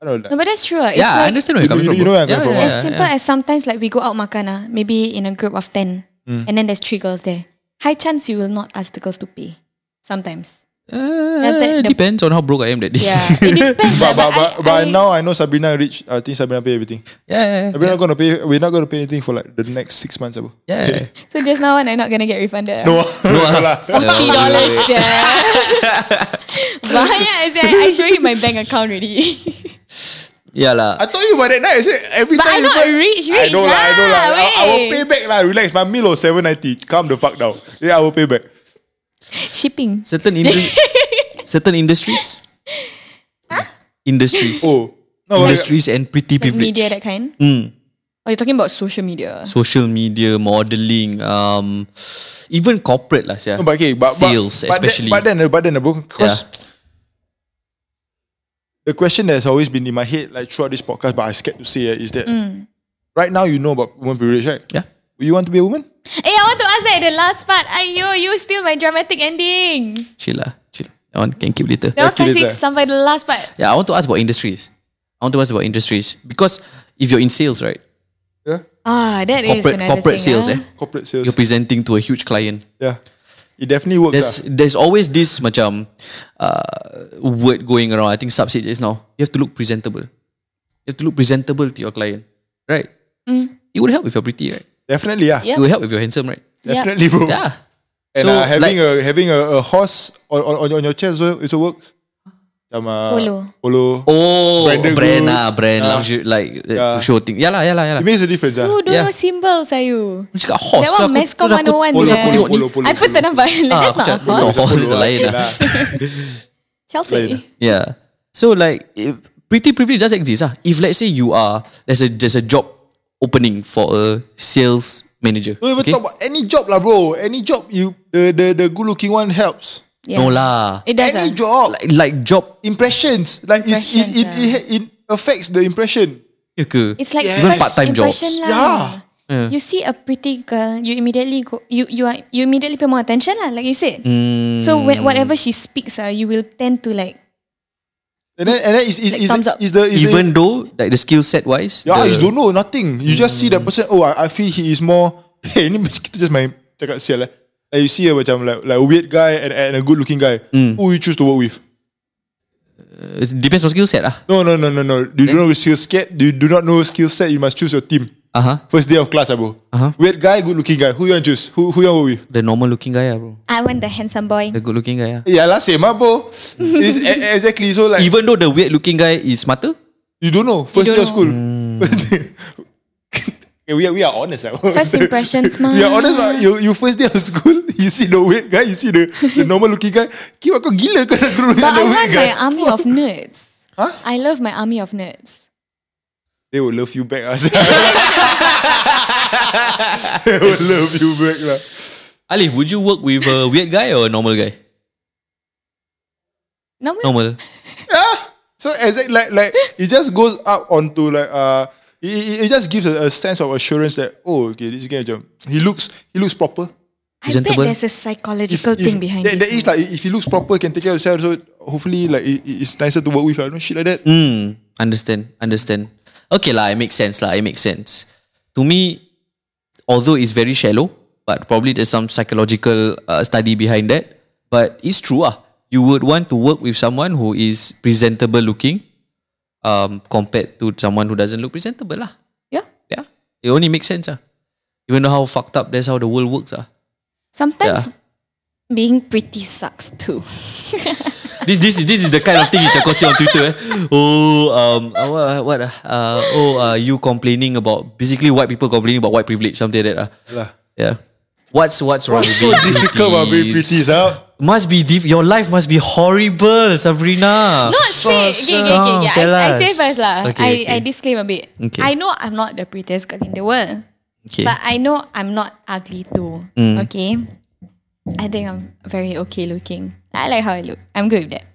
I don't know No, but that's true. ah. It's yeah, I like, understand where you're coming from. You- you- you know where I'm bro. coming from, As simple as sometimes like we go out makan ah, maybe in a group of 10 Hmm. and then there's three girls there. High chance you will not ask the girls to pay. Sometimes. Uh, that- it the- depends on how broke I am that day. Yeah. it depends. But, lah, but, but, but I- now I know Sabrina rich I think Sabrina pay everything yeah, yeah, yeah. Sabrina not gonna pay We're not gonna pay anything For like the next six months abo. yeah. yeah. So just now one, I'm not gonna get refunded. No No lah Forty dollars, yeah. Banyak, yeah. I show you my bank account already. Yeah lah. I told you about that night. I said every But I time you not buy- rich, I know rich lah. I know lah, lah. I, I will wait. pay back lah. Relax. My meal was seven ninety. Calm the fuck down. Yeah, I will pay back. Shipping. certain industries. certain industries. Industries. Oh no, okay. Industries and pretty Like privilege. media, that kind. Hmm. Oh, you're talking about social media. Social media, modeling, um, even corporate lah, yeah. No, but okay, but, but- sales but, then- especially. But then, but then, bro, yeah. because the question that has always been in my head, like throughout this podcast, but I scared to say it, is that right now you know about women privilege, right? yeah. You want to be a woman? Hey, Eh, I want to ask that the last part. Ayo, you steal my dramatic ending. Chill lah, chill. That one can keep later. That one Okay, kasih later. sampai the last part. Yeah, I want to ask about industries. I want to ask about industries because if you're in sales, right? Yeah. Ah, that is Corporate another corporate thing, sales, ah. eh? Corporate sales. You're presenting to a huge client. yeah. It definitely works. ah. There's lah. there's always this macam uh, word going around. I think subsidy is now. You have to look presentable. You have to look presentable to your client, right? Mm. It would help if you're pretty, right? Definitely, yeah. Yeah. It would help if you're handsome, right? Definitely, bro. Yeah. And So, uh, having like- a having a, a horse on, on, on your chest also, also works. Macam, uh, Polo. Polo. Oh, Branded brand goods. ah, brand Ah. luxury like Yeah. uh, to show thing. Yeah lah, yeah lah, yeah It lah. makes a difference. ah. You don't Yeah. know symbols, are Oh, you? Aku cakap horse. That lah, one aku- Mescom terus aku- 101 terus aku je. tengok ni. Polo, polo, I put polo. the number. Ah, That's aku not cakap, a that's not a horse. ah. horse, it's lain Okay lah. lah. Lain Chelsea. Yeah. So like if pretty privilege does exist. Ah. If let's say you are there's a there's a job opening for a sales manager. Don't Oh, even okay? talk about any job lah, bro. Any job you the the, the good looking one helps. Yeah. No lah. It does. ah. any job Like, like job impressions like it's, it, Impressions, it, ah. it it affects the impression. ya ke? It's like Yes. first Even part-time impression jobs. lah. You see a pretty girl, you immediately go. You you are you immediately pay more attention lah, like you said. Mm. So when, whatever she speaks, ah, you will tend to like. And then and then is is Like is, thumbs up. is the is even the, though like the skill set wise. yeah the- Hmm. you don't know nothing. You just see that person. Oh, I, I feel he is more. Hey, ni kita just main cakap sial lah. Like you see a macam like like a weird guy and, and a good looking guy. Hmm. Who you choose to work with? it depends on skill set ah. No, no, no, no, no. You don't know skill set. You do not know skill set. You must choose your team. Uh huh. First day of class, abo. Uh-huh. Weird guy, good looking guy. Who you want choose? Who who you want work with? The normal looking guy ah, bro. I want the handsome boy. The good looking guy ah. Yeah, lah Eh, same, abo. It's e- e- exactly so like Even though the weird looking guy is smarter. you don't know. First You day don't of school. First day. Okay, we are we are honest, abo. First impressions, man. We are honest, but you, you first day of school, you see the weird guy, you see the, the normal looking guy. Kira kau gila kau nak guru But dengan I the weird want guy. my army of nerds. Huh? I love my army of nerds. They will love you back. ah. I would love you back lah. Alif, would you work with a weird guy or a normal guy? Normal. Normal. So as it, like like it just goes up onto like uh it, it- it just gives a, a sense of assurance that oh okay this guy macam- he looks he looks proper. I bet presentable. there's a psychological thing behind there, it. there is like if he looks proper, can take care of himself. So hopefully like it, it- it's nicer to work with. I don't know, shit like that. Mm, understand, understand. Okay lah, it makes sense lah. It makes sense. To me, although it's very shallow, but probably there's some psychological uh, study behind that. But it's true ah. You would want to work with someone who is presentable looking, um, compared to someone who doesn't look presentable lah. yeah. Yeah, it only makes sense ah. Even though how fucked up that's how the world works ah. Sometimes being pretty sucks too. This this is this is the kind of thing you can see on Twitter. Eh. Oh um uh, what what ah, uh, oh uh, you complaining about basically white people complaining about white privilege something like that ah. Lah. Yeah. What's what's wrong What's so with being difficult about being pretty, pretty? sir? Must be diff- your life must be horrible, Sabrina. Not say, okay, okay, okay, okay. Oh, Tell I, I say us. first lah. Okay, I, okay. I disclaim a bit. Okay. I know I'm not the prettiest girl in the world, okay. Mm. but I know I'm not ugly too. Okay, I think I'm very okay looking. I like how I look. I'm good with that,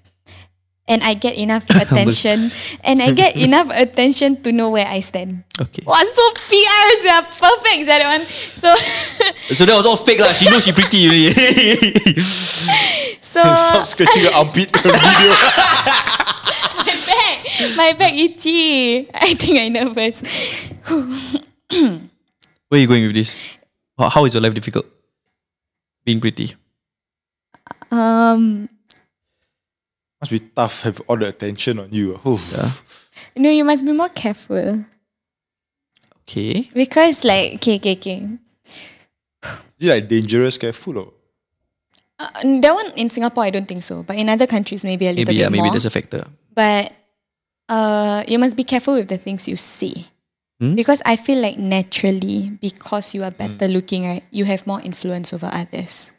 and I get enough attention, and I get enough attention to know where I stand. okay. Wow, so PR is perfect, is that one? So, So that was all fake lah. She knows she pretty already. so Stop scratching your armpit video. my back, my back itchy. I think I nervous. Where are you going with this? How- How is your life difficult? Being pretty. Um, Must be tough have all the attention on you. oh. Yeah. no, you must be more careful Okay. because, like, okay, okay, okay. Is it like dangerous, careful or? Uh, that one in Singapore, I don't think so, but in other countries, maybe a little Maybe bit yeah, maybe more. there's a factor. but uh, you must be careful with the things you see. Because I feel like naturally, because you are better looking, right, you have more influence over others.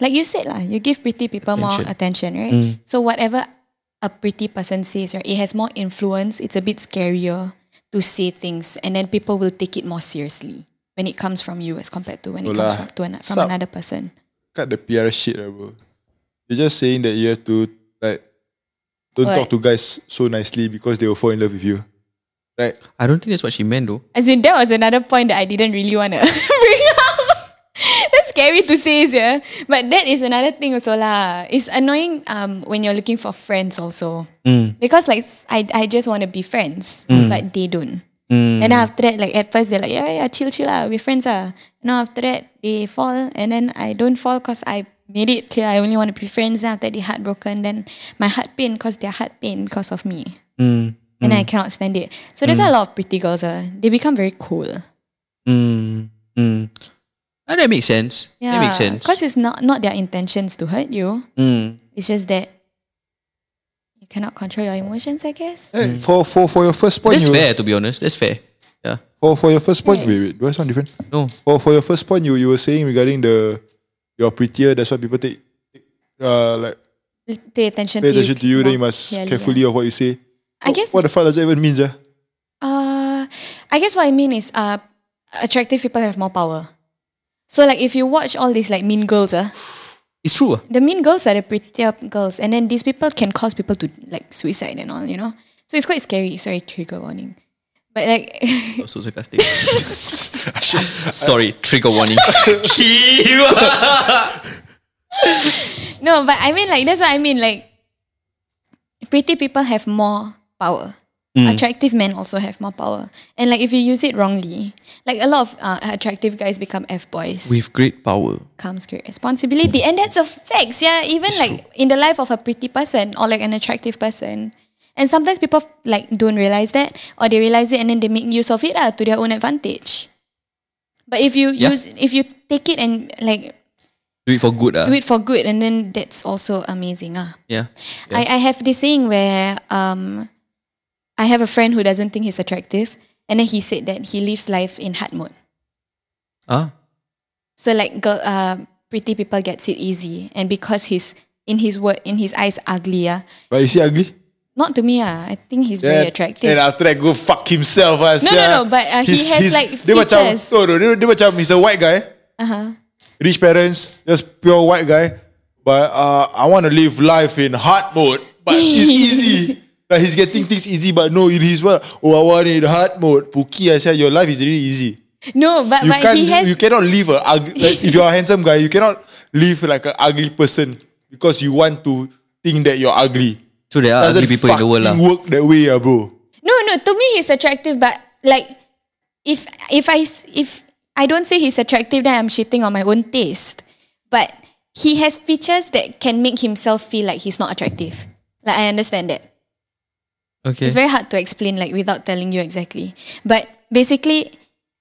Like you said, lah, you give pretty people more attention, right? So whatever a pretty person says, right, it has more influence. It's a bit scarier to say things, and then people will take it more seriously when it comes from you as compared to when it No comes lah. from, to an, from Sup? another person. cut the PR shit, lah, bro. They're just saying that you have to like don't What? talk to guys so nicely because they will fall in love with you. Right? I don't think that's what she meant though. As in, that was another point that I didn't really want to bring up. That's scary to say, yeah. But that is another thing also lah. It's annoying um when you're looking for friends also. Because like s- I, I just want to be friends, but they don't. And then after that, like at first they're like, yeah, yeah, chill, chill lah, we're friends ah. Now after that they fall, and then I don't fall because I made it till I only want to be friends. Then after that they heartbroken, then my heart pain because their heart pain because of me and Mm. I cannot stand it. So that's why a lot of pretty girls are they become very cool. Ah, that makes sense. Yeah, That makes sense. Because it's not not their intentions to hurt you. Mm. It's just that you cannot control your emotions. I guess. Hey, for, for for your first point, That's you, fair to be honest. That's fair. Yeah. For, Oh, for your first point, wait, wait, do I sound different? No. For for your first point, you you were saying regarding the you're prettier, that's why people take uh like Pay attention. pay to attention to you, then more you must clearly, carefully yeah. of what you say. I guess. what the fuck does that even mean, sir? Uh, I guess what I mean is uh, attractive people have more power. So like if you watch all these like mean girls, uh, It's true. ah. the mean girls are the prettier girls, and then these people can cause people to like suicide and all, you know. So it's quite scary. Sorry, trigger warning. But like, That was so sarcastic. Sorry, trigger warning. Kiwa. no, but I mean like that's what I mean. Like, pretty people have more power. Attractive men also have more power, and like if you use it wrongly, like a lot of uh, attractive guys become f boys. With great power comes great responsibility, and that's a fact. Yeah, even like in the life of a pretty person or like an attractive person, and sometimes people like don't realize that, or they realize it and then they make use of it uh, to their own advantage. But if you Yeah. use, if you take it and like Do it for good ah. do it for good, and then that's also amazing ah. Yeah. I, I have this saying where um, I have a friend who doesn't think he's attractive, and then he said that he lives life in hard mode. Ah. So like girl, uh, pretty people gets it easy, and because he's in his word, in his eyes, ugly. Yeah, But is he ugly? Not to me, ah. I think he's very attractive. And uh, after that, go fuck himself. Ah, No, no, no, but, uh, he has, like, Dia macam, features. oh, no, dia, dia macam, he's a white guy. Uh-huh. Rich parents, just pure white guy. But uh, I want to live life in hard mode. But it's easy. Like he's getting things easy, but no, it is what. Oh, I want it hard mode. Puki, I said your life is really easy. no, but, You but can't. he you has. cannot live a ugly. Like, if you're a handsome guy, you cannot live like an ugly person because you want to think that you're ugly. So there are Doesn't ugly people in the world lah. fucking work that way, ah, bro. No, no. To me, he's attractive, but like, if if I s- if I don't say he's attractive, then I'm shitting on my own taste. But he has features that can make himself feel like he's not attractive. Like I understand that. Okay. It's very hard to explain like without telling you exactly. But basically,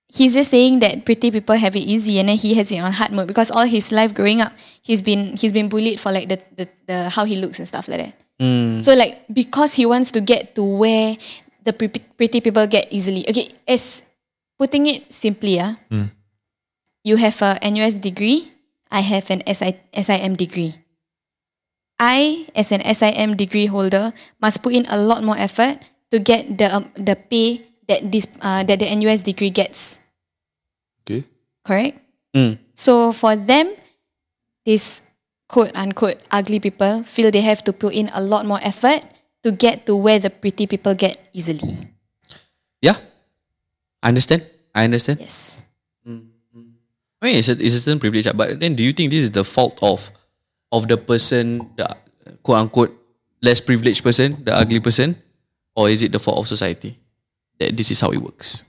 he's just saying that pretty people have it easy, and then he has it on hard mode because all his life growing up, he's been he's been bullied for like the the, the how he looks and stuff like that. So like because he wants to get to where the pre- pretty people get easily. Okay, as putting it simply, ah, you have a NUS degree. I have an SI, SIM degree. I, as an SIM degree holder, must put in a lot more effort to get the um, the pay that this uh, that the NUS degree gets. Okay. Correct. Mm. So for them, these quote unquote ugly people feel they have to put in a lot more effort to get to where the pretty people get easily. Yeah. I understand. I understand. Yes. I mean, it's a, it's a certain privilege, ah, but then do you think this is the fault of of the person, the uh, quote unquote less privileged person, the ugly person, or is it the fault of society that this is how it works?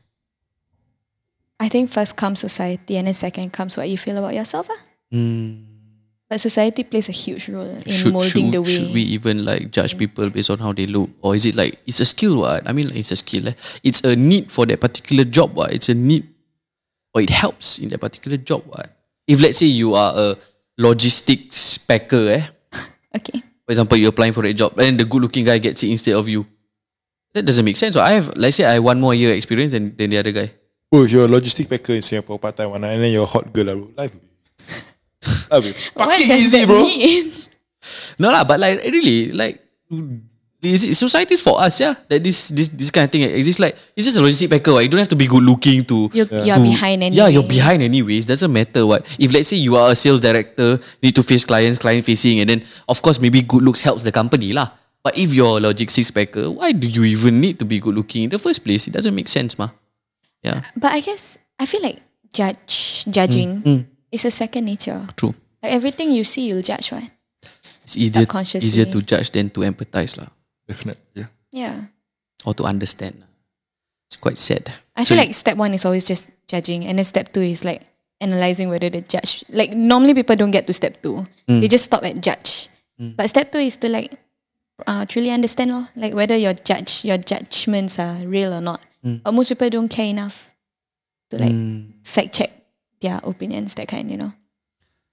I think first comes society and then second comes what you feel about yourself. Ah. But society plays a huge role in molding Hmm. should, the way. should we even like judge people based on how they look, or is it like it's a skill? What I mean, like, it's a skill. eh? It's a need for that particular job. What it's a need, or it helps in that particular job. What if let's say you are a logistics packer, eh? Okay. For example, you're applying for a job and the good looking guy gets it instead of you. That doesn't make sense. So I have, let's say I have one more year experience than, than the other guy. Bro, Oh, if you're a logistic packer in Singapore, part time one, and then you're a hot girl, ah, bro, life will be, life will be What fucking does easy, that bro. mean? No lah, but like really, like is it society's for us, yeah? That this this this kind of thing exists. Like it's just a logistic packer. what. You don't have to be good looking to. uh, You're, you're to- behind anyway. Hmm. Yeah, you're behind anyways. Doesn't matter what. If let's say you are a sales director, you need to face clients, client facing, and then of course maybe good looks helps the company lah. But if you're a logistics packer, why do you even need to be good looking in the first place? It doesn't make sense, ma. Yeah, But I guess I feel like judge judging Hmm. is a second nature. true. Like everything you see, you'll judge one. It's easier, Subconsciously. easier to judge than to empathize lah, Definitely, yeah. Yeah. or to understand. It's quite sad. I So feel like step one is always just judging, and then step two is like analyzing whether the judge. Like normally people don't get to step two; Hmm. they just stop at judge. But step two is to like uh, truly understand, lor, like whether your judge your judgments are real or not. Hmm. But most people don't care enough to like fact check their opinions, that kind, you know.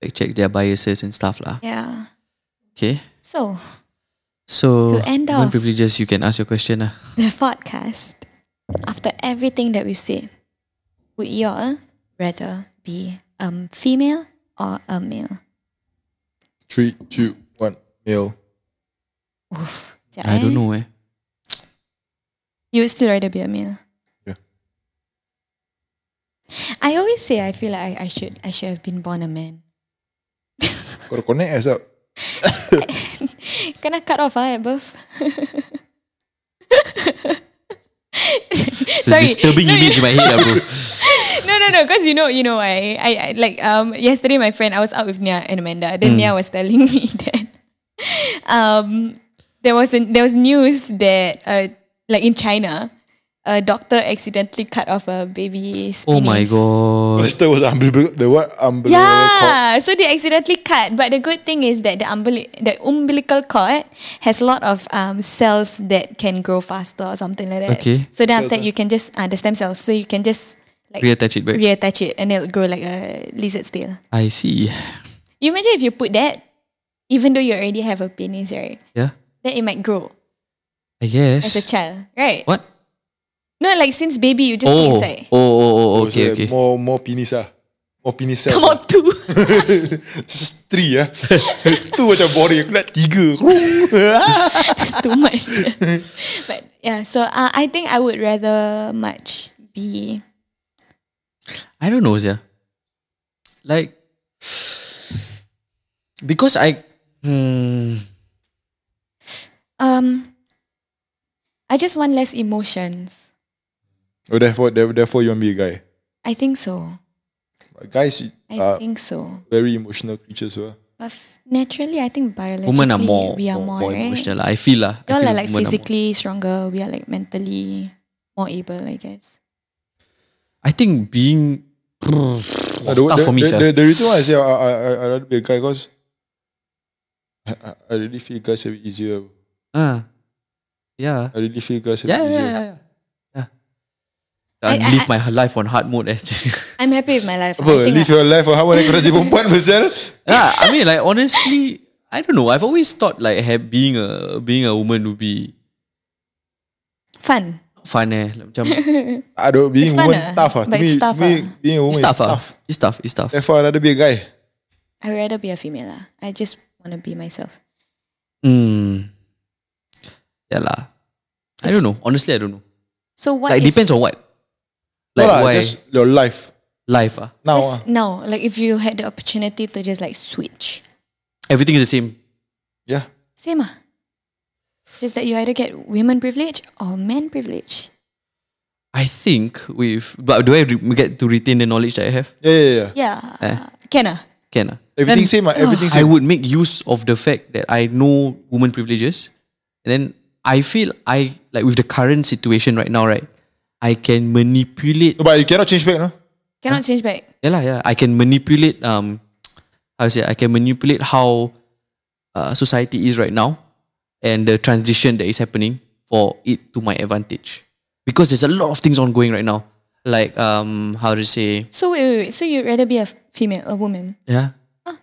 fact check their biases and stuff lah. Yeah. Okay, So so To end women off. privileges. You can ask your question lah. the podcast, after everything that we've said, would y'all rather be a female or a male? Three, two, one, male. I don't know eh. You would still rather be a male. Yeah. I always say I feel like I, I should I should have been born a man. Gotta connect us up. Can I cut off ah, at birth? It's a disturbing no, you- image in my head lah, bro. no, no, no. Because you know, you know, I, I, I like um yesterday my friend I was out with Nia and Amanda. Mm. Then Nia was telling me that um there was an, there was news that uh like in China a doctor accidentally cut off a baby's. Oh my penis. god. Sister was unbelievable. The what unbelievable? Yeah, so they accidentally cut. But the good thing is that the, umbili- the umbilical cord has a lot of um, cells that can grow faster or something like that. Okay. So then Cells, after that ah. you can just uh, the stem cells. So you can just like Reattach it back. reattach it, and it'll grow like a lizard's tail. I see. You imagine if you put that, even though you already have a penis, right? Yeah. Then it might grow I guess. as a child, right? What? No, like since baby you just put Oh. inside. Oh, oh, oh, Oh, so okay, that okay. More, more penis ah. or penis size. Come on, two. Three ya. tu macam boring. Aku nak tiga. It's too much. but yeah, so uh, I think I would rather much be. I don't know, yeah. Like because I hmm, Um, I just want less emotions. oh, therefore, there- therefore you want to be a guy. I think so. Guys, I uh, think so. very emotional creatures. Uh. But f- naturally, I think biologically women are more we are more, more, more right? emotional. I feel lah. I Y'all feel are like women more- physically stronger. We are like mentally more able, I guess. I think being Uh, the, tough the, for me, the, sir. the- the reason why I say I, I, I, I rather be a guy because I, I, I really feel guys have it easier. uh, yeah. I really feel guys have Yeah, it yeah, easier. yeah, yeah. yeah. I, I- live I- my life on hard mode. Eh. I'm happy with my life. Apa, I think live I- your life How nak kena jadi perempuan Bezel yeah, I mean, like honestly, I don't know. I've always thought like ha- being a being a woman would be fun. fun. Eh. Like, macam, Aduh It's being fun woman ah, tough ah. To but me, it's to tough me, ah. Being a woman it's is tough. ah. tough It's tough. It's tough. Therefore I rather be a guy I would rather be a female. lah. I just want to be myself. Mm. Yeah lah. I don't know. Honestly, I don't know. So what? like is- depends on what. No Like lah, why Just your life life ah. Now ah. Just now, like if you had the opportunity to just like switch, Everything is the same. Yeah same ah. Just that you either get women privilege or men privilege. I think with but do I re- get to retain the knowledge that I have? Yeah yeah yeah Yeah, Eh. can ah. Can ah. Everything Then same ah. Everything I same would make use of the fact that I know woman privileges, and then I feel I like with the current situation right now, right? I can manipulate. No, But you cannot change back no Cannot change back. Yeah lah, yeah. I can manipulate. Um, how to say? I can manipulate how uh, society is right now, and the transition that is happening for it to my advantage, because there's a lot of things ongoing right now. Like um, how to say? So wait, wait, wait. So you'd rather be a female, a woman? Yeah. Ah.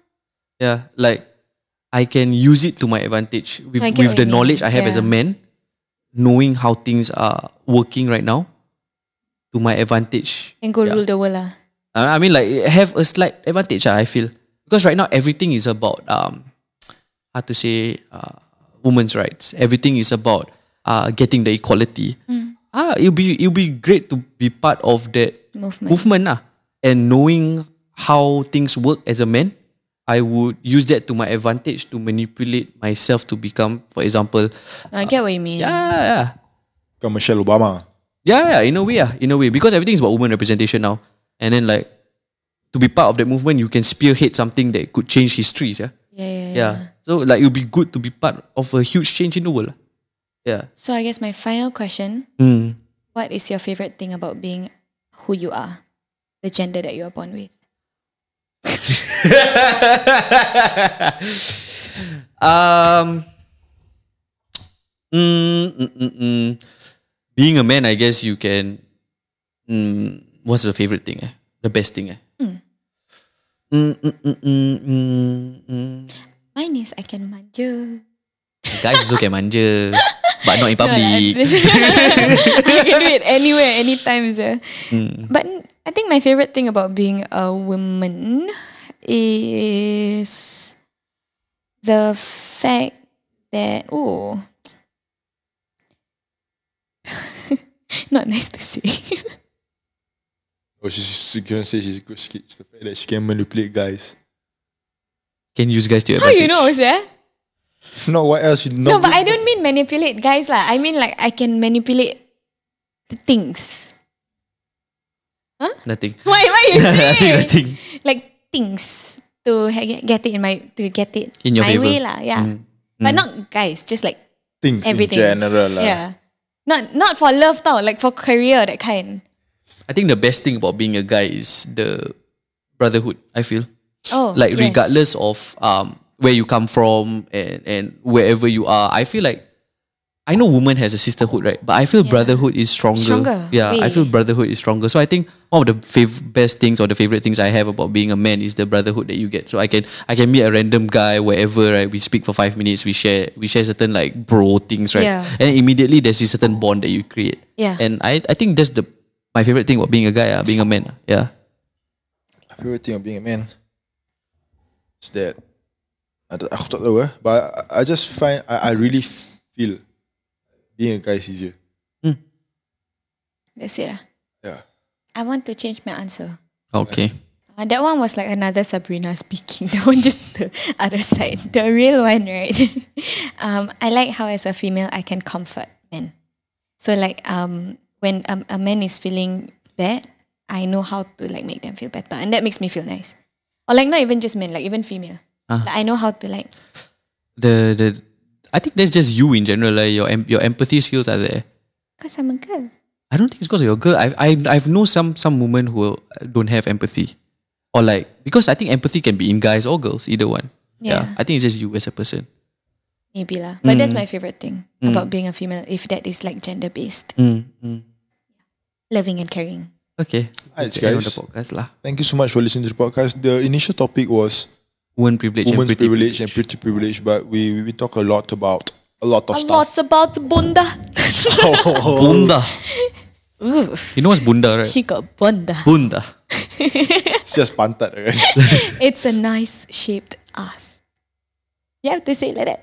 Yeah. Like I can use it to my advantage with, I get with what the you mean. knowledge I have as a Yeah. man, knowing how things are working right now to my advantage. And go Yeah. rule the world ah. lah. Uh, I I mean like have a slight advantage, ah, I feel. Because right now everything is about um how to say uh, women's rights. Everything is about uh, getting the equality. Ah, it'll be it'll be great to be part of that Movement. movement lah. And knowing how things work as a man, I would use that to my advantage to manipulate myself to become, for example, I get what you mean. yeah, Bukan Michelle Obama yeah, yeah, in a way, yeah, in a way, because everything is about women representation now. And then like to be part of that movement, you can spearhead something that could change histories, yeah, Yeah, yeah, yeah. yeah. So like it would be good to be part of a huge change in the world, lah. yeah. So I guess my final question: Mm. What is your favorite thing about being who you are, the gender that you are born with? Um. Mm, mm, mm, mm. Being a man, I guess you can. Mm, what's the favorite thing? Eh? The best thing? Eh? Mm, mm, mm, mm, mm, mm. Mine is I can manja. Guys also can manja, but not in public. I can do it anywhere, anytime. sir. But I think my favorite thing about being a woman is the fact that oh, not nice to say. Oh she's she gonna say she's a good skit It's the fact that she can manipulate guys Can use guys to your How advantage. you know, yeah? If not what else you No, but I don't mean manipulate guys lah. I mean like I can manipulate the things. Nothing. Why? Why you nothing. say? Nothing. like things to ha- get get it in my to get it In your my favour. way lah. Yeah, but not guys, just like Things everything. in general lah Yeah, not not for love though, like for career that kind. I think the best thing about being a guy is the brotherhood. I feel. Oh, like yes. regardless of um where you come from and and wherever you are i feel like i know woman has a sisterhood right but i feel brotherhood is stronger, Stronger, yeah i feel way. brotherhood is stronger so i think one of the fav- best things or the favorite things i have about being a man is the brotherhood that you get so i can i can meet a random guy wherever right we speak for five minutes we share we share certain like bro things right Yeah. and immediately there's this certain bond that you create Yeah. ah. and i i think that's the my favorite thing about being a guy uh, being a man ah. yeah favorite thing of being a man is that I don't, aku tak tahu eh, but I, I just find I, I really feel being a guy is easier. That's it. ah. Yeah. I want to change my answer. Okay. Uh, that one was like another Sabrina speaking. That one just the other side. The real one, right? um, I like how as a female I can comfort men. So like um, when um, a man is feeling bad, I know how to like make them feel better, and that makes me feel nice. Or like not even just men, like even female. Like, I know how to like The the I think that's just you in general. Like your em- your empathy skills are there. because I'm a girl. I don't think it's because of your girl. I I I've known some some women who don't have empathy, or like because I think empathy can be in guys or girls, either one. Yeah. I think it's just you as a person. Maybe lah. But that's my favorite thing about being a female, if that is like gender based. Loving and caring. Okay. Nice, That's the end of guys. the podcast lah. Thank you so much for listening to the podcast. The initial topic was Woman privilege. and women's pretty privilege and pretty privilege, but we we- we talk a lot about a lot of A stuff. lot's about bunda. Bunda. Ooh, You know what's bunda, right? she got bunda. Bunda. It's just pantat, guys. It's a nice shaped ass. You have to say it like that.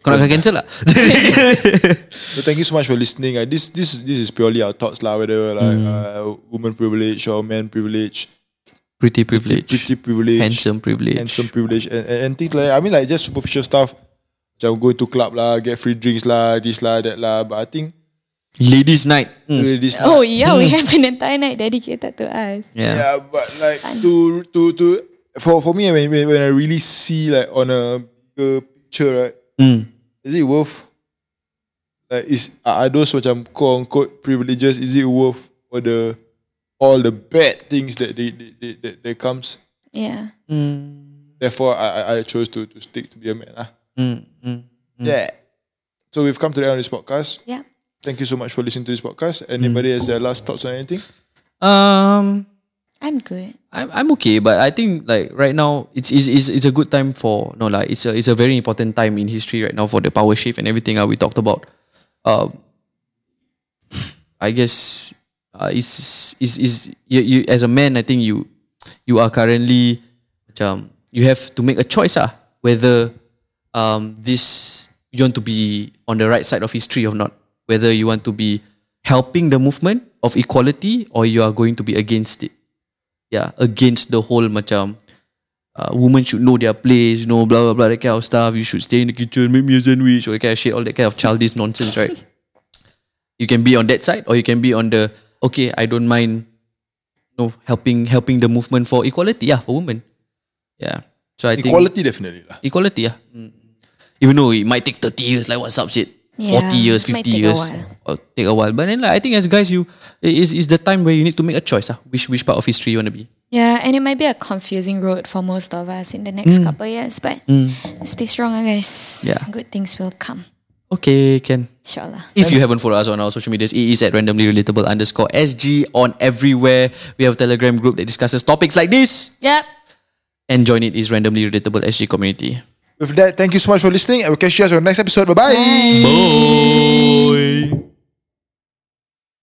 Kau nak kena cancel lah. So thank you so much for listening. Uh, this this is- this is purely our thoughts, lah. Whether like Mm. uh, woman privilege or man privilege, Pretty privilege. pretty privilege, Handsome privilege. handsome privilege, and, and, and things like that. I mean, like just superficial stuff. Macam go to club lah, get free drinks lah, this lah, that lah. But I think Ladies night. Mm. really this. Oh yeah, we have an entire night dedicated to us. Yeah. Yeah, but like to to to for for me when when when I really see like on a bigger picture, right? Is it worth? Like is are those macam quote unquote privileges? Is it worth for the all the bad things that they, they, they, that that comes? Yeah. Therefore, I I- I chose to to stick to be a man. Ah. Yeah. So we've come to the end of this podcast. Yeah. Thank you so much for listening to this podcast. Anybody has their last thoughts on anything? Um, I'm good. I'm I'm okay, but I think like right now it's it's it's, it's a good time for no like it's a it's a very important time in history right now for the power shift and everything uh, we talked about. Um, I guess uh, is is is you, you as a man I think you you are currently macam, you have to make a choice ah whether um this you want to be on the right side of history or not whether you want to be helping the movement of equality or you are going to be against it yeah, against the whole macam uh, women should know their place, you know, blah blah blah, that kind of stuff. You should stay in the kitchen, make me a sandwich, or that kind of shit, all that kind of childish nonsense, right? You can be on that side, or you can be on the okay, I don't mind, you know, helping helping the movement for equality, yeah, for women, yeah. So I think Equality definitely lah. equality, yeah. Mm. Even though it might take thirty years, like what's up, shit. Yeah, 40 years, it might 50 take a years, while. or take a while. But then, like, I think as guys, you it is is the time where you need to make a choice. Ah, which which part of history you want to be? Yeah, and it might be a confusing road for most of us in the next couple of years, but stay strong, ah, guys. Yeah. Good things will come. Okay, Ken. Inshallah. If you haven't followed us on our social medias, it is at randomly relatable underscore SG on everywhere. We have a Telegram group that discusses topics like this. Yep. And join it is randomly relatable SG community. With that, thank you so much for listening, and we'll catch you guys on the next episode. Bye-bye. bye bye Boom.